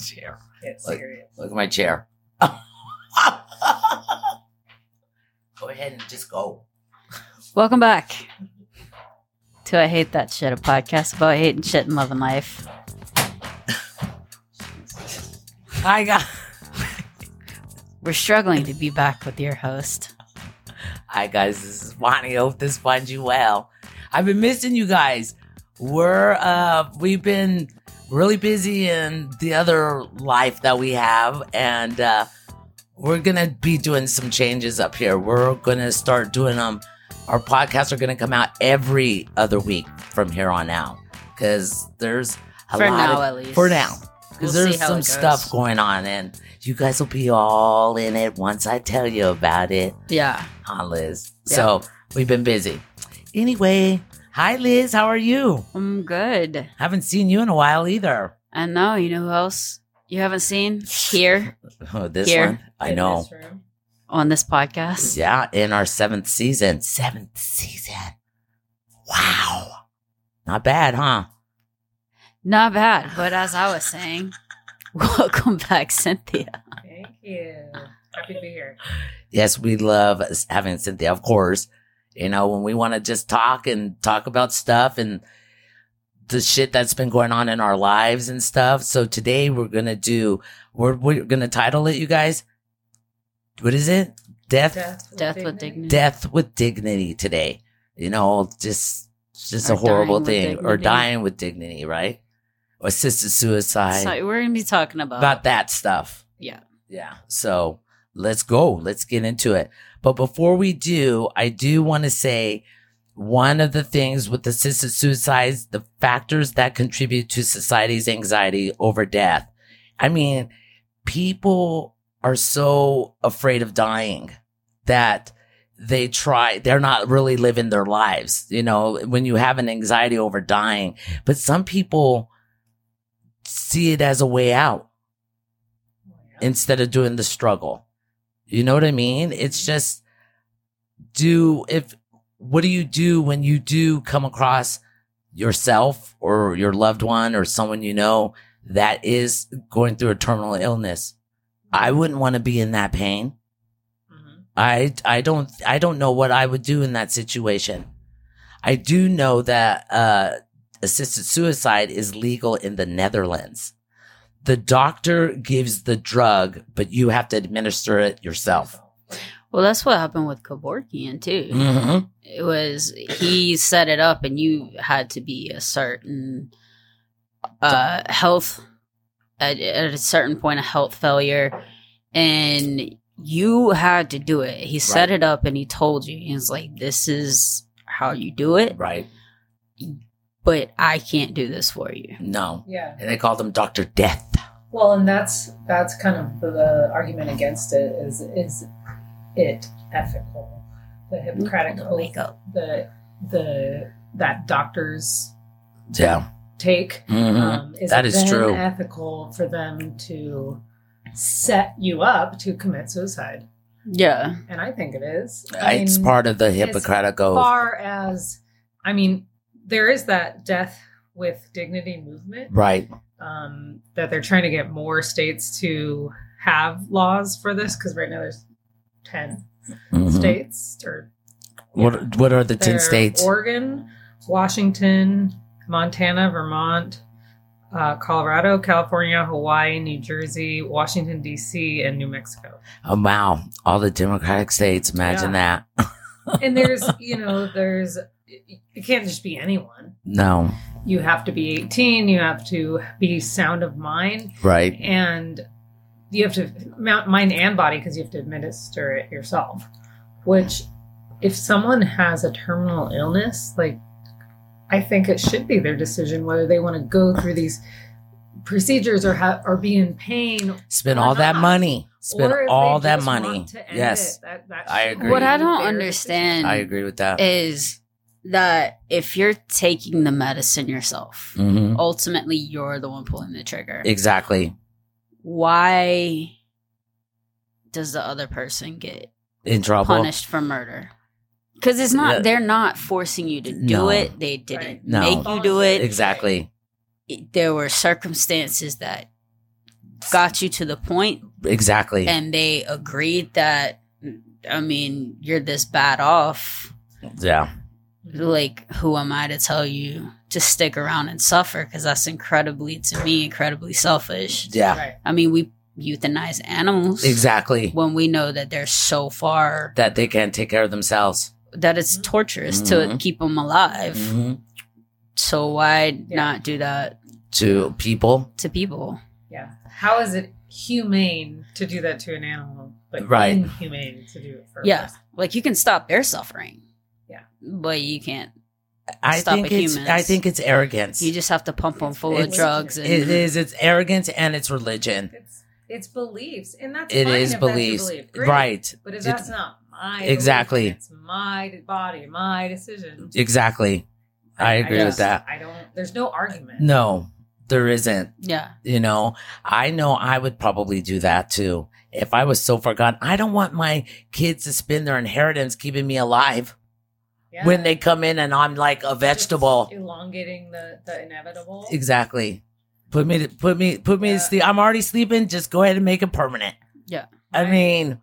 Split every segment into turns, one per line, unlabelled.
chair.
It's
Like-
serious.
Look at my chair. Go ahead and just go.
Welcome back to I Hate That Shit, a podcast about hating shit and loving life. I got. We're struggling to be back with your host.
Hi guys, this is Bonnie. Hope this finds you well. I've been missing you guys. We're uh we've been really busy in the other life that we have and uh we're gonna be doing some changes up here. We're gonna start doing um our podcasts are gonna come out every other week from here on out. Cause there's a
for
lot
now,
of,
at least.
for now.
We'll
Because
see
there's
how
some
it goes.
stuff going on and you guys will be all in it once I tell you about it
Yeah.
huh, Liz?
Yeah.
So we've been busy. Anyway, hi, Liz. How are you?
I'm good.
Haven't seen you in a while either.
And now, you know who else you haven't seen here
Oh, this
Here.
one, I
In
know.
this room.
on this podcast?
Yeah, in our seventh season. Seventh season. Wow. Not bad, huh?
Not bad. But as I was saying, welcome back, Cynthia.
Thank you. Happy to be here.
Yes, we love s- having Cynthia, of course. You know, when we want to just talk and talk about stuff and the shit that's been going on in our lives and stuff. So today we're going to do, we're, we're going to title it, you guys. What is it? Death, Death,
Death,
Death with dignity.
with dignity today. You know, just, it's just
Or
a horrible
dying
thing
with
or
dignity.
dying with dignity, right? Or assisted suicide
So we're going to be talking about,
about that stuff.
Yeah.
Yeah. So let's go. Let's get into it. But before we do, I do want to say one of the things with assisted suicides, the factors that contribute to society's anxiety over death. I mean, people are so afraid of dying that they try, they're not really living their lives. You know, when you have an anxiety over dying, but some people see it as a way out
Oh,
instead of doing the struggle. You know what I mean? It's just do if what do you do when you do come across yourself or your loved one or someone you know that is going through a terminal illness? I wouldn't want to be in that pain.
Mhm.
I I don't I don't know what I would do in that situation. I do know that uh, assisted suicide is legal in the Netherlands. The doctor gives the drug, but you have to administer it yourself.
well, that's what happened with Kevorkian, too.
hmm
it was he set it up and you had to be a certain uh health at, at a certain point of health failure and you had to do it he set
Right.
it up and he told you he's like this is how you do it
Right?
but i can't do this for you
No,
Yeah.
and they called him Doctor Death.
Well, and that's that's kind of the argument against it is is it ethical? The Hippocratic oath,
up
the the that doctors
Yeah,
take
hmm
um, is
That
it
is
then
true.
ethical for them to set you up to commit suicide?
yeah
And I think it is.
it's
mean,
part of the
it's
Hippocratic Oath.
far as I mean, there is that death with dignity movement
right?
um, that they're trying to get more states to have laws for this because right now there's 10
Mhm.
states or
What What are the ten
they're
states?
Oregon, Washington, Montana, Vermont, uh, Colorado, California, Hawaii, New Jersey, Washington, D.C., and New Mexico.
oh wow! All the Democratic states. Imagine that.
And there's, you know, there's, it it can't just be anyone.
no,
You have to be 18, you have to be sound of mind,
right?
and you have to mount mind and body because you have to administer it yourself. Which, if someone has a terminal illness, like I think it should be their decision whether they want to go through these procedures or ha- or be in pain.
Spend
or
all that
not.
money. Spend
or if
all
they
that
just
money.
want to end
Yes,
it. That- that
I
should
agree.
what i
be
don't
their
understand
I agree with that.
is that if you're taking the medicine yourself
Mhm.
ultimately you're the one pulling the trigger
Exactly.
why does the other person get
In trouble.
punished for murder? Because it's not,
Yeah.
they're not forcing you to do
No.
it. They didn't
No.
make you do it.
Exactly.
it- there were circumstances that got you to the point
Exactly.
and they agreed that i mean you're this bad off
yeah.
like who am i to tell you to stick around and suffer because that's incredibly to me incredibly selfish
Yeah.
Right.
i mean we euthanize animals
Exactly.
when we know that they're so far
That they can't take care of themselves.
that
Mm-hmm.
it's torturous to
Mhm.
keep them alive
Mhm.
so why
Yeah.
not do that
To people.
to people
Yeah. How is it humane to do that to an animal, but
Right.
inhumane to do it for a
Yeah.
person?
like you can stop their suffering
Yeah.
but you can't
I
Stop
think
it,
it's I
humans.
think it's arrogance.
you just have to pump them full of
It's-
drugs and
it is it's arrogance and it's religion.
It's it's beliefs, and that's
It
fine
is
if that's your
beliefs.
belief. Great.
Right.
But if
It-
that's not my belief,
Exactly.
it's my body, my decision.
Exactly. I agree with
just-
that.
I don't. There's no argument.
No, there isn't.
yeah
You know, I know I would probably do that too. If I was so far gone, I don't want my kids to spend their inheritance keeping me alive
Yeah.
when they come in and I'm like a vegetable.
Just elongating the the inevitable.
Exactly. Put me to put me put me
Yeah.
to sleep. I'm already sleeping. Just go ahead and make it permanent.
Yeah.
I
Right.
mean,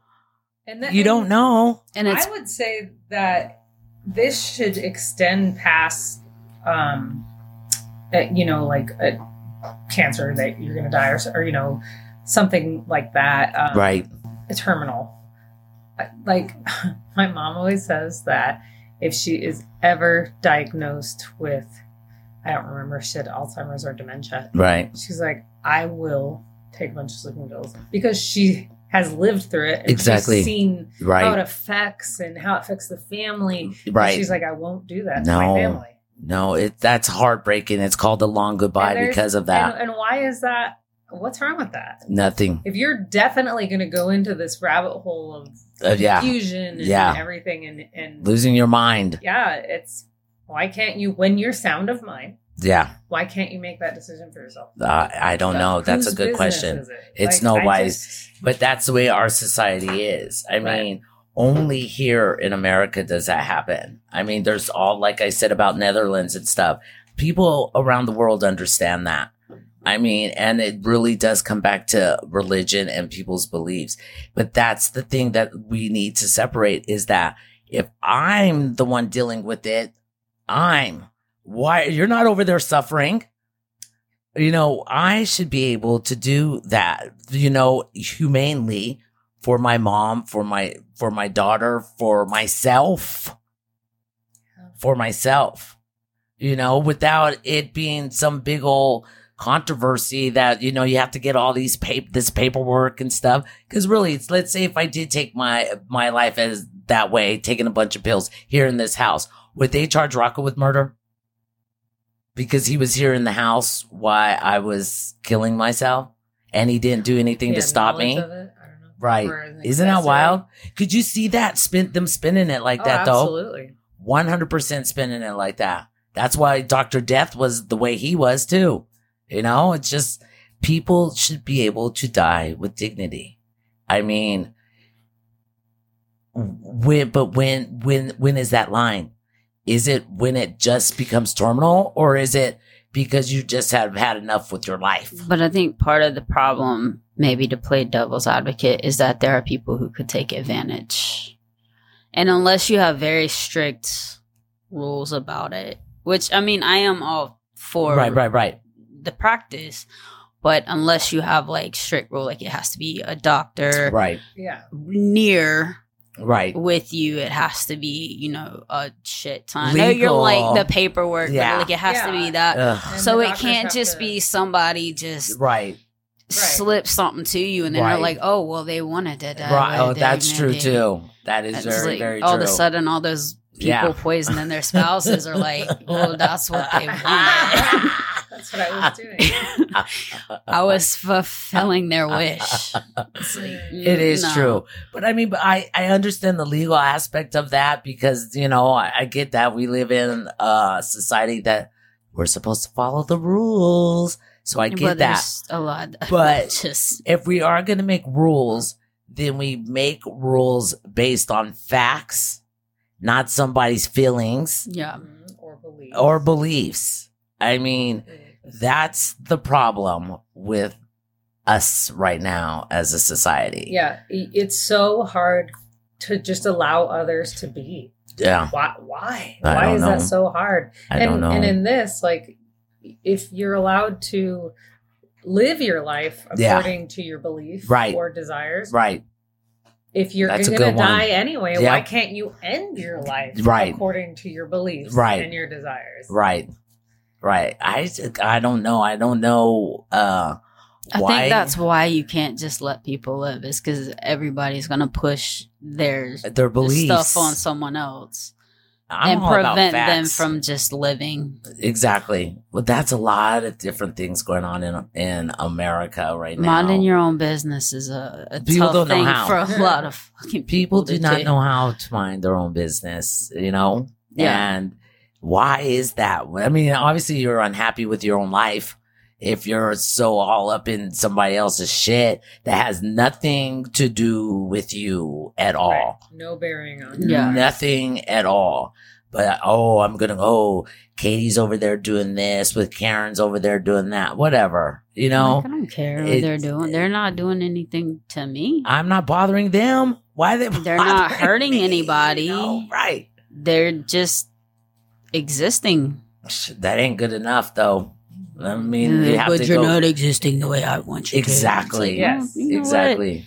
And then
you don't know.
and it's
I would say that this should extend past, um, that, you know, like a cancer that you're going to die or, so- or, you know, something like that. Um,
Right.
A terminal. Uh, Like my mom always says that if she is ever diagnosed with, I don't remember shit, Alzheimer's or dementia,
Right.
she's like, I will take a bunch of sleeping pills because she has lived through it and
Exactly.
she's seen how it
Right.
affects and how it affects the family. And
Right.
Oh, She's like, I won't do that to
No.
my family.
No, it that's heartbreaking. It's called the long goodbye
there's-
because of that.
And, and why is that? What's wrong with that?
Nothing.
If you're definitely going to go into this rabbit hole of
Uh, yeah.
confusion and
Yeah.
everything, and, and
Losing your mind.
yeah, it's why can't you, when you're sound of mind,
Yeah.
why can't you make that decision for yourself?
Uh, I don't know. That's a
Whose
good
business
question.
is it?
It's no
I
wise.
just-
But that's the way our society is. I
Right.
mean, only here in America does that happen. I mean, there's all, like I said about Netherlands and stuff, people around the world understand that. I mean, and it really does come back to religion and people's beliefs. But that's the thing that we need to separate is that if I'm the one dealing with it, I'm why you're not over there suffering. You know, I should be able to do that, you know, humanely for my mom, for my for my daughter, for myself. For myself. You know, without it being some big old controversy that you know you have to get all these pap- this paperwork and stuff because really it's let's say if i did take my my life as that way taking a bunch of pills here in this house would they charge rocco with murder because he was here in the house why i was killing myself and he didn't do anything
yeah,
to stop
knowledge
me
of it, I don't know.
Right.
Or an
isn't that
accessory.
wild could you see that spin them spinning it like
Oh,
that though
absolutely.
100% spinning it like that. That's why Dr. Death was the way he was too. You know, it's just people should be able to die with dignity. I mean, when, but when, when, when is that line? Is it when it just becomes terminal or is it because you just have had enough with your life?
But I think part of the problem, maybe to play devil's advocate, is that there are people who could take advantage. And unless you have very strict rules about it, which I mean, I am all for
right, right, right.
the practice, but unless you have like strict rule, like it has to be a doctor
Right,
Yeah.
near
right.
with you, it has to be, you know, a shit ton. I know you're
Legal.
like the paperwork,
Yeah.
but like it has to
Yeah.
be that.
Ugh,
And
so
the
it
doctors
can't
have
just
to-
be somebody just
right.
slip something to you, and then
Right.
they're like, "Oh, well, they wanted it." that
right.
way,
Oh,
they
that's
did
true
it."
too. That is
It's
very,
like,
very
all
true.
of a sudden, all those people
Yeah.
poisoning their spouses are like, "Well, that's what they want."
That's what I was doing.
I was fulfilling their wish. Oh It's like,
It is
no.
true. But I mean, but I, I understand the legal aspect of that because, you know, I, I get that we live in a society that we're supposed to follow the rules. So I get
but
that.
there's a lot.
But-
just
If we are going to make rules, then we make rules based on facts, not somebody's feelings
yeah,
Mm, Mhm, or believe.
or beliefs. I mean,
Mm.
That's the problem with us right now as a society.
Yeah, i- it's so hard to just allow others to be.
Yeah.
Why? Why?
I
Why
don't
is
know.
that so hard?
I
and,
don't know.
and in this, like, if you're allowed to live your life
Yeah.
according to your belief
Right.
or desires,
right.
if you're
That's a
gonna
good one.
die anyway,
Yeah.
why can't you end your life
Right.
according to your beliefs
Right.
and your desires?
Right. Right. I I don't know. I don't know uh
I
why
think that's why you can't just let people live is because everybody's gonna push their
their beliefs
stuff on someone else
I'm
and
all about
prevent them
facts.
from just living.
Exactly. Well, that's a lot of different things going on in in America right now.
Minding your own business is a, a
People
tough
don't know
thing
how.
for a lot of fucking
people
people.
do
to
not
do.
know how to mind their own business, you know?
Yeah.
And why is that? I mean, obviously you're unhappy with your own life if you're so all up in somebody else's shit that has nothing to do with you at all.
Right. No bearing on.
Yeah.
Nothing at all. But oh, I'm gonna oh, Katie's over there doing this with Karen's over there doing that. Whatever. You know?
Like, I don't care what
It-
they're doing. They're not doing anything to me.
I'm not bothering them. Why they
They're not
bothering
hurting
me?
anybody.
No, right.
They're just existing.
That ain't good enough though. I mean, you have
but
to
you're
go
not existing the way I want you
Exactly.
to. It's like,
Yes.
you know what?
exactly.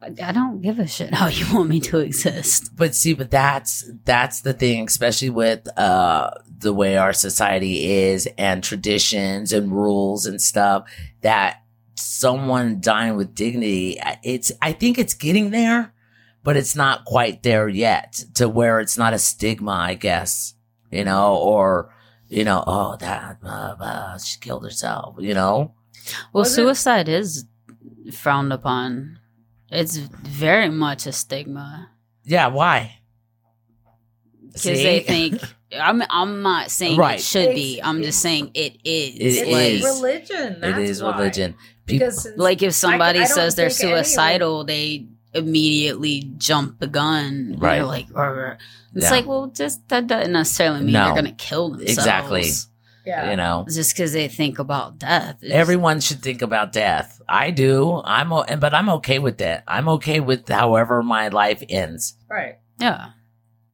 I don't give a shit how you want me to exist.
But see, but that's that's the thing, especially with uh the way our society is and traditions and rules and stuff that someone dying with dignity I- it's I think it's getting there, but it's not quite there yet to where it's not a stigma, I guess. You know, or you know, oh that uh, uh, she killed herself, you know?
Well,
Was it-
suicide is frowned upon. It's very much a stigma
Yeah, why?
because
See?
they think. I'm I'm not saying
Right.
it should be.
It's-
I'm just saying it is.
It
It's
like,
is.
religion. That's
it is
why.
religion. People,
Because since-
like if somebody
I don't
says they're
think anyone-
suicidal, they immediately jump the gun.
Right.
They're like, "Arr." it's
Yeah.
like, well, just that doesn't necessarily mean
No.
they're gonna kill themselves.
Exactly.
yeah.
you know,
Just because they think about death. It's-
everyone should think about death. I do. I'm o- but I'm okay with that. I'm okay with however my life ends.
right.
yeah.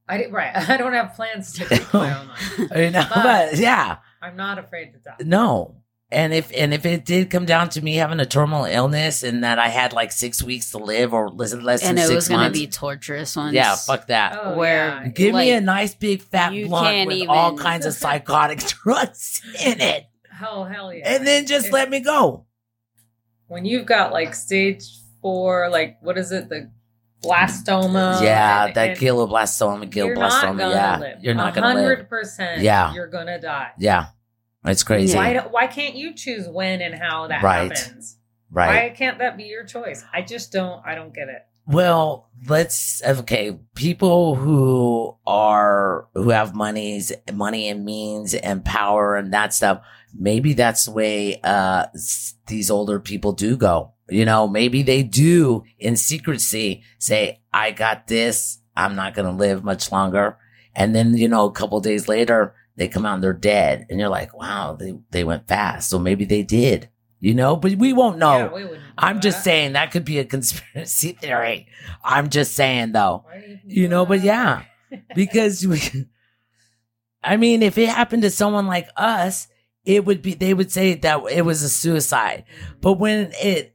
I did, right. I don't have plans to take my own life.
You know,
But-
but yeah,
I'm not afraid to die.
no. And if and if it did come down to me having a terminal illness and that I had like six weeks to live or less, less than
And it
six
was gonna
months,
be torturous ones.
yeah, fuck that.
Oh,
Where-
yeah.
Give me
like,
a nice big fat
you
blunt
can't
with all
even-
kinds of psychotic drugs in it,
hell, hell yeah.
and then just
If-
let me go.
when you've got like stage four, like what is it, the blastoma?
yeah,
and-
that
and
glioblastoma,
Oh, You're not
glioblastoma.
gonna
Yeah,
live.
you're not gonna live.
Hundred percent.
Yeah.
you're gonna die.
Yeah, it's crazy.
Why? don't- Why can't you choose when and how that
Right.
happens?
right.
Why can't that be your choice? I just don't. I don't get it.
Well, let's okay. People who are who have monies, money and means and power and that stuff. Maybe that's the way uh, s- these older people do go. You know, maybe they do in secrecy say, "I got this. I'm not going to live much longer." And then you know, a couple days later, they come out and they're dead, and you're like, "Wow, they they went fast." So maybe they did. You know, but we won't know.
Yeah, we wouldn't do
I'm just
that.
saying that could be a conspiracy theory. I'm just saying though,
Why do do
you know, but
that?
yeah, because we, I mean, if it happened to someone like us, it would be, they would say that it was a suicide. But when it,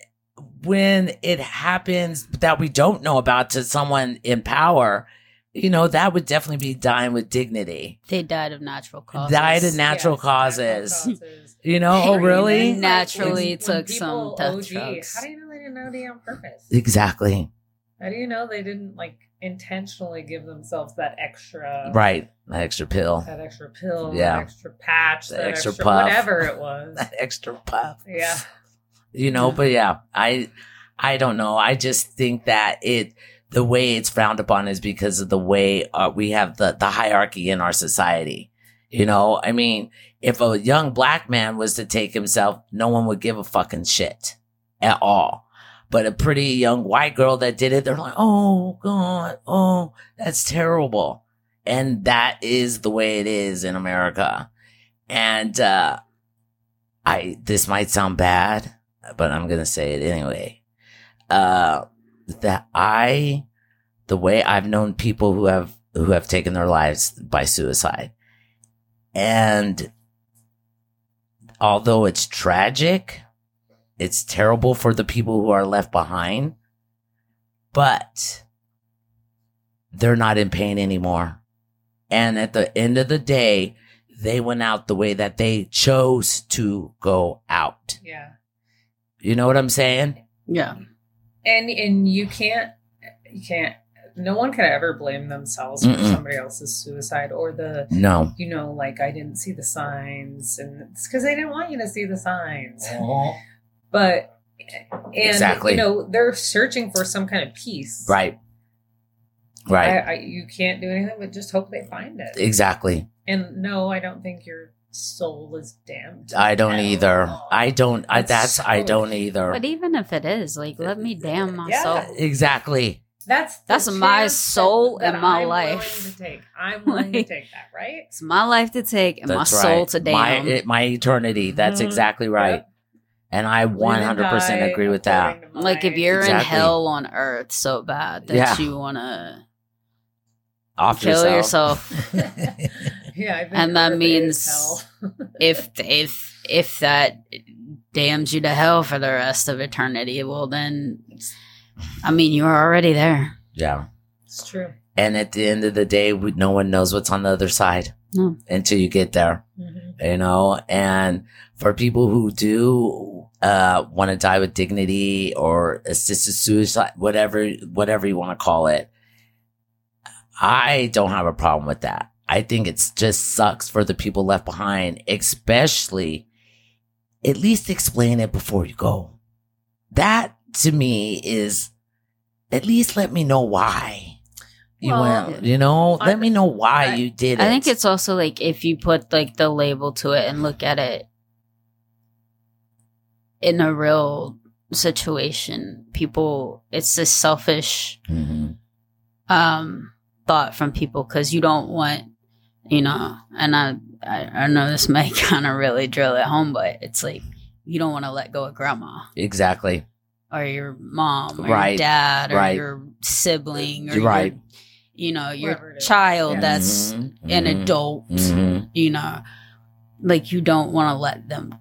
when it happens that we don't know about to someone in power, you know, that would definitely be dying with dignity.
They died of natural causes.
Died of natural
Yes,
causes.
causes.
You know, oh,
Or even,
really?
like,
Naturally
when- when
took some
people
death
OD,
drugs.
How do you know they didn't OD on purpose?
Exactly.
How do you know they didn't like intentionally give themselves that extra
Right. That extra pill,
that extra pill,
Yeah.
that extra patch,
The
that,
extra
extra,
puff.
whatever it was.
that extra puff.
yeah.
you know
Yeah.
but yeah i i don't know i just think that it the way it's frowned upon is because of the way uh, we have the the hierarchy in our society you know i mean if a young black man was to take himself no one would give a fucking shit at all but a pretty young white girl that did it they're like oh god oh that's terrible and that is the way it is in america and uh I this might sound bad, but I'm gonna say it anyway. Uh, that I, the way I've known people who have who have taken their lives by suicide, and although it's tragic, it's terrible for the people who are left behind, but they're not in pain anymore. And at the end of the day, they went out the way that they chose to go out.
Yeah.
You know what I'm saying?
Yeah.
And and you can't you can't no one can ever blame themselves for
Mm-mm.
somebody else's suicide or the
No.
you know like I didn't see the signs and it's cuz they didn't want you to see the signs.
Oh,
But and
Exactly.
you know they're searching for some kind of peace.
Right. Right.
I, I, you can't do anything but just hope they find it.
exactly.
And no, I don't think your soul is damned.
I don't
at
either.
all.
I don't. I,
That's
that's. I
so-
don't either.
But even if it is, like, let me damn my
Yeah.
soul.
exactly.
That's the
That's my
chance
soul
that- that
and my
I'm willing
life.
to take. I'm willing
Like-
to take that, right?
It's my life to take and my
That's
soul
right.
to
My
damn.
it- my eternity. That's
Mhm.
exactly right.
Yep.
And I
Live and
100%
die
agree with that.
according to
like if
my-
you're in
Exactly.
hell on earth so bad that
Yeah.
you want to
Off
kill
yourself.
yourself,
yeah, I've been
and that
driven to
means-
hell.
if if if that damns you to hell for the rest of eternity, well then, I mean you're already there.
yeah.
it's true.
And at the end of the day, we, no one knows what's on the other side
No.
until you get there.
Mhm.
you know and for people who do uh want to die with dignity or assisted suicide whatever whatever you want to call it i don't have a problem with that i think it's just sucks for the people left behind especially at least explain it before you go that to me is at least let me know why you
Well,
went, you know
I-
let me know why
I-
you did it
I think it's also like if you put like the label to it and look at it in a real situation, people it's this selfish
Mhm.
um thought from people because you don't want you know and I, I i know this might kind of really drill at home but it's like you don't want to let go of grandma
exactly
or your mom or
Right.
your dad or
Right.
your sibling or
You're
your,
right.
you know
Whatever
your
it is.
child
Yeah.
that's
Mhm,
an
mhm,
adult
mhm.
you know like you don't want to let them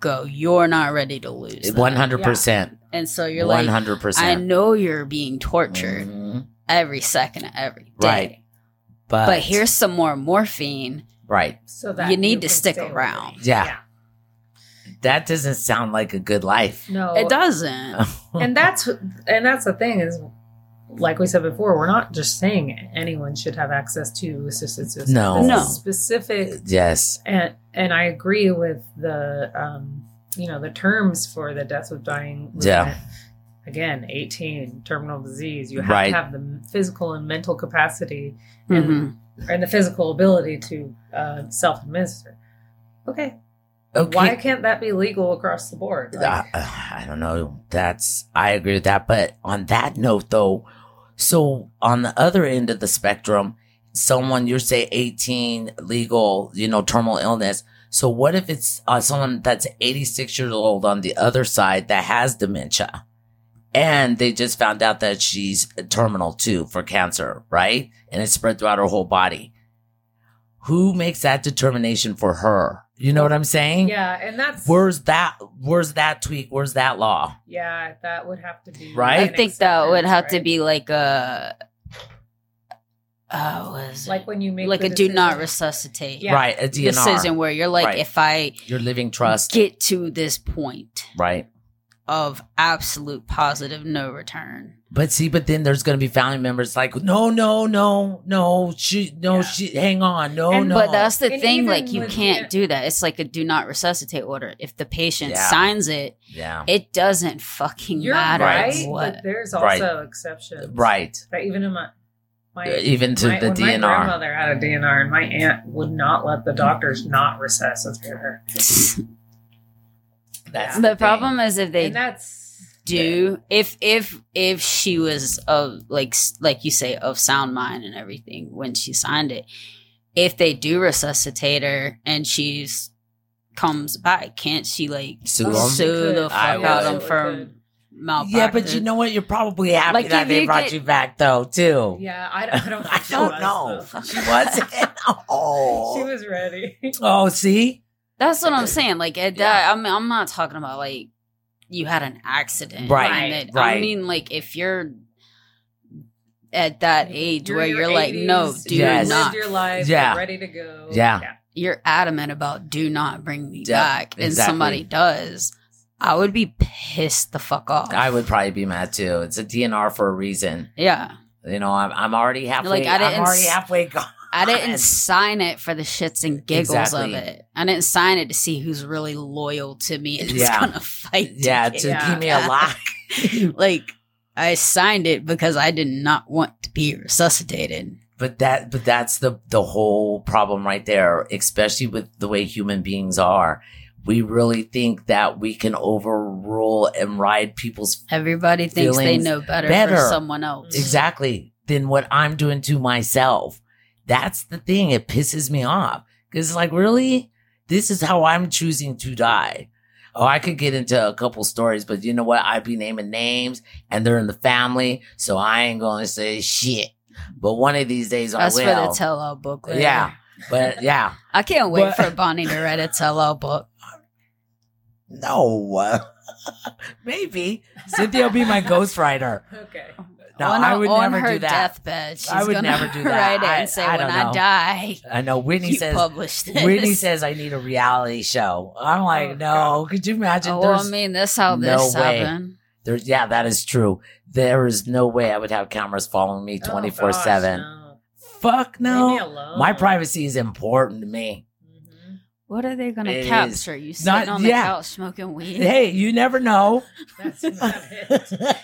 go you're not ready to lose them.
100%.
and so you're like
100%.
i know you're being tortured
Mhm.
every second of every day
Right. But,
but here's some more morphine.
Right.
So that
You need to
can
stick
stay
around.
away.
Yeah. That doesn't sound like a good life.
No,
It
Uh,
doesn't.
and that's and that's the thing is like we said before we're not just saying anyone should have access to assisted suicide
No.
This is
No.
specific
yes.
and and i agree with the um you know the terms for the death of dying movement.
Yeah.
again 18 terminal disease you have
Right.
to have the physical and mental capacity
Mhm.
and the physical ability to uh, self-administer okay.
Okay.
why can't that be legal across the board Like,
I, Uh, I don't know. That's I agree with that. But on that note, though, so on the other end of the spectrum, someone you say eighteen legal, you know, terminal illness. So what if it's uh, someone that's eighty six years old on the other side that has dementia, and they just found out that she's terminal too for cancer, right? And it's spread throughout her whole body. Who makes that determination for her? You know what I'm saying?
yeah and that's
where's that where's that tweak where's that law
Yeah, that would have to be.
Right?
I
an
think that would
acceptance,
have to
right?
be like a. Uh, was
like
like
when you make
like
the
a do not
decision.
resuscitate
Yeah.
right a dnr
decision where you're like,
Right.
if I
your living trust
get to this point
right
of absolute positive no return,
but see but then there's gonna be family members like no no no no she no
Yeah.
she hang on no
And-
no
but that's the
And
thing.
even
Like you
with-
can't do that. It's like a do not resuscitate order. If the patient
Yeah.
signs it,
yeah
it doesn't fucking
You're
matter
right,
what.
but there's
Right.
also exceptions.
right
That even in my my
even to
my,
the
when my
dnr
grandmother had a DNR, and my aunt would not let the doctors not resuscitate her.
that's
Yeah.
the
thing.
problem is if they
and that's
do if if if she was of like s- like you say of sound mind and everything when she signed it if they do resuscitate her and she's comes back, can't she like
Sue
Oh,
'em?
she
sue the
could.
fuck
I
out
would.
them
She
from malpractice?
Yeah, but you know what? You're probably happy
Like,
that
if
they
you
brought
get-
you back though too.
Yeah, I don't. I don't,
I
think she
don't
was,
know.
though.
She wasn't.
She
Oh.
was ready.
Oh, see?
That's what I'm saying. Like, it, that, I'm I'm not talking about like you had an accident,
Right,
and it- I
right.
mean, like if you're at that age
You're
where
in your
you're like, no,
80s,
do
you
Yes.
not.
Lived your life.
Yeah.
you're ready to go.
Yeah.
You're adamant about do not bring me
Yeah,
back, and
exactly.
somebody does. I would be pissed the fuck off.
I would probably be mad too. It's a DNR for a reason.
yeah,
You know, I'm, I'm already halfway.
like, I
I'm
didn't
already
s-
halfway gone.
I didn't
God.
sign it for the shits and giggles
Exactly.
of it. I didn't sign it to see who's really loyal to me and is
Yeah.
gonna fight. to
Yeah,
get
to
Yeah.
keep me alive.
like I signed it because I did not want to be resuscitated.
But that, but that's the the whole problem right there. Especially with the way human beings are, we really think that we can overrule and ride people's
Everybody
Feelings
thinks they know better, for
better.
someone else.
Ex-
exactly than what I'm doing to myself. That's the thing. It pisses me off because it's like, really, this is how I'm choosing to die. Oh, I could get into a couple stories, but you know what? I'd be naming names and they're in the family. So I ain't going to say shit. But one of these days I
That's for the
will.
tell all book. later.
Yeah. But yeah,
I can't wait
But-
for Bonnie to write a tell all book.
no. Maybe Cynthia will be my ghostwriter.
Okay.
No,
on
I would
on
never
her
do that.
deathbed, she's
I would
gonna
never do that.
write it
I-
and say,
I
"When
don't
I
know."
die,
I know Whitney
you
says
publish this."
Whitney says I need a reality show. I'm like,
Oh,
no.
God.
Could you imagine?
"Oh,
there's,
I mean, that's how
no
this
way.
happened."
there's, yeah, that is true. There is no way I would have cameras following me
Oh,
24
gosh,
seven.
no.
Fuck
Leave me
no.
alone.
My privacy is important to me.
Mhm.
What are they going to
It
capture? You sitting
Not-
on the
yeah.
couch smoking weed.
Hey, you never know.
That's not it.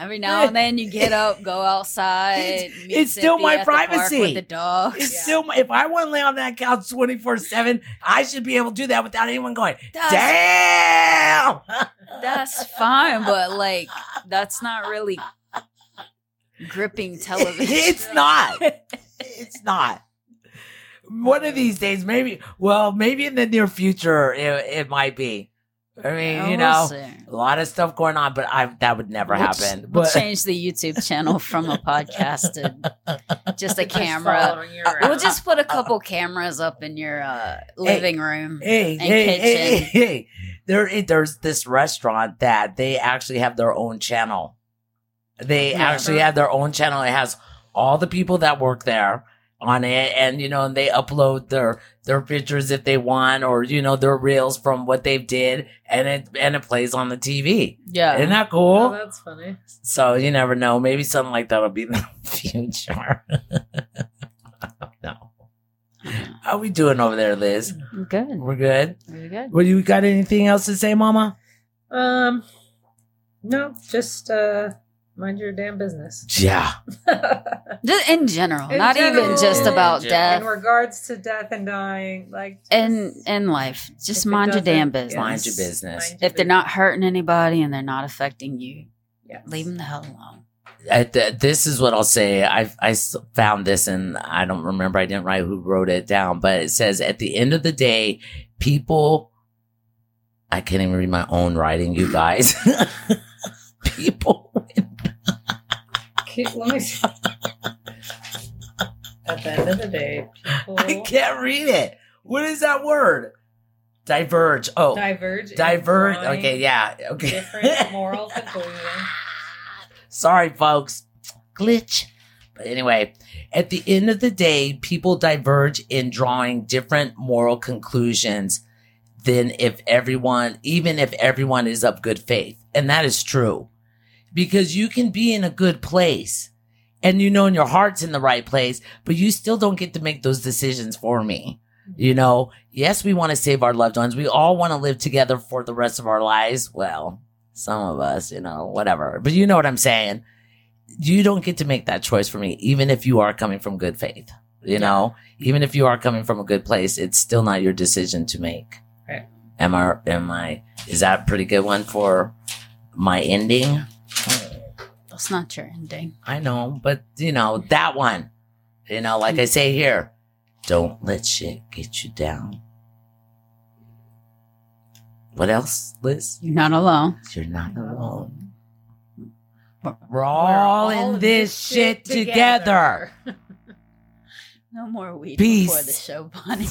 Every now and then you get up, go outside.
It's-
meet
it's still
Cynthia
my
at the park
privacy.
with the dog.
It's still, my- if I want to lay on that couch 24 7, I should be able to do that without anyone going,
That's,
damn.
that's fine, but like that's not really gripping television.
It's not. It's not. One of these days, maybe. Well, maybe in the near future, it, it might be. I mean, you know, a lot of stuff going on, but I that would never happen.
We'll
But
change the YouTube channel from a podcast to just a
Just
camera. Uh,
following you
We'll
around.
just put a couple cameras up in your uh, living room.
hey,
And
hey, hey,
kitchen.
hey, hey, there, eh, there's this restaurant that they actually have their own channel. They
Yeah.
actually have their own channel. It has all the people that work there on it, and you know, and they upload their their pictures if they want, or you know, their reels from what they did, and it and it plays on the TV.
Yeah.
Isn't that
Oh,
cool?
that's funny.
So you never know. Maybe something like that will be in the future. no, how we doing over there, Liz?
Good.
We're good.
Very good.
Well, you got anything else to say, Mama?
Um, no, just uh, mind your damn business.
Yeah.
Just in general,
In
not even
general.
just about
In
death.
In regards to death and dying, like just
in in life
if
just
it
mind your damn
doesn't-
business
yeah.
Mind your business.
mind your
if they're not hurting anybody and they're not affecting you
business. Yes.
leave them the hell alone
At the- this is what I'll say. I, I s- found this and I don't remember. I didn't write who wrote it down, but it says at the end of the day, people, I can't even read my own writing, you guys. people,
Okay, let me see. At the end of the day, people
I can't read it. What is that word? Diverge. Oh,
diverge. in
diverge.
drawing
Okay. Yeah. Okay.
Different moral conclusions.
Sorry, folks. Glitch. But anyway, at the end of the day, people diverge in drawing different moral conclusions than if everyone, even if everyone is of good faith. And that is true because you can be in a good place and you know in your heart's in the right place, but you still don't get to make those decisions for me. You know, yes, we want to save our loved ones. We all want to live together for the rest of our lives. Well, some of us, you know, whatever. But you know what I'm saying. You don't get to make that choice for me, even if you are coming from good faith. You know, even if you are coming from a good place, it's still not your decision to make.
Right.
Am I? Am I? Is that a pretty good one for my ending?
that's not your ending
I know, but you know, that one. You know, like I say here, don't let shit get you down. What else, Liz?
You're not alone.
You're not alone. We're
We're
all, in this shit together.
No more weed
Peace.
before the show, Bonnie.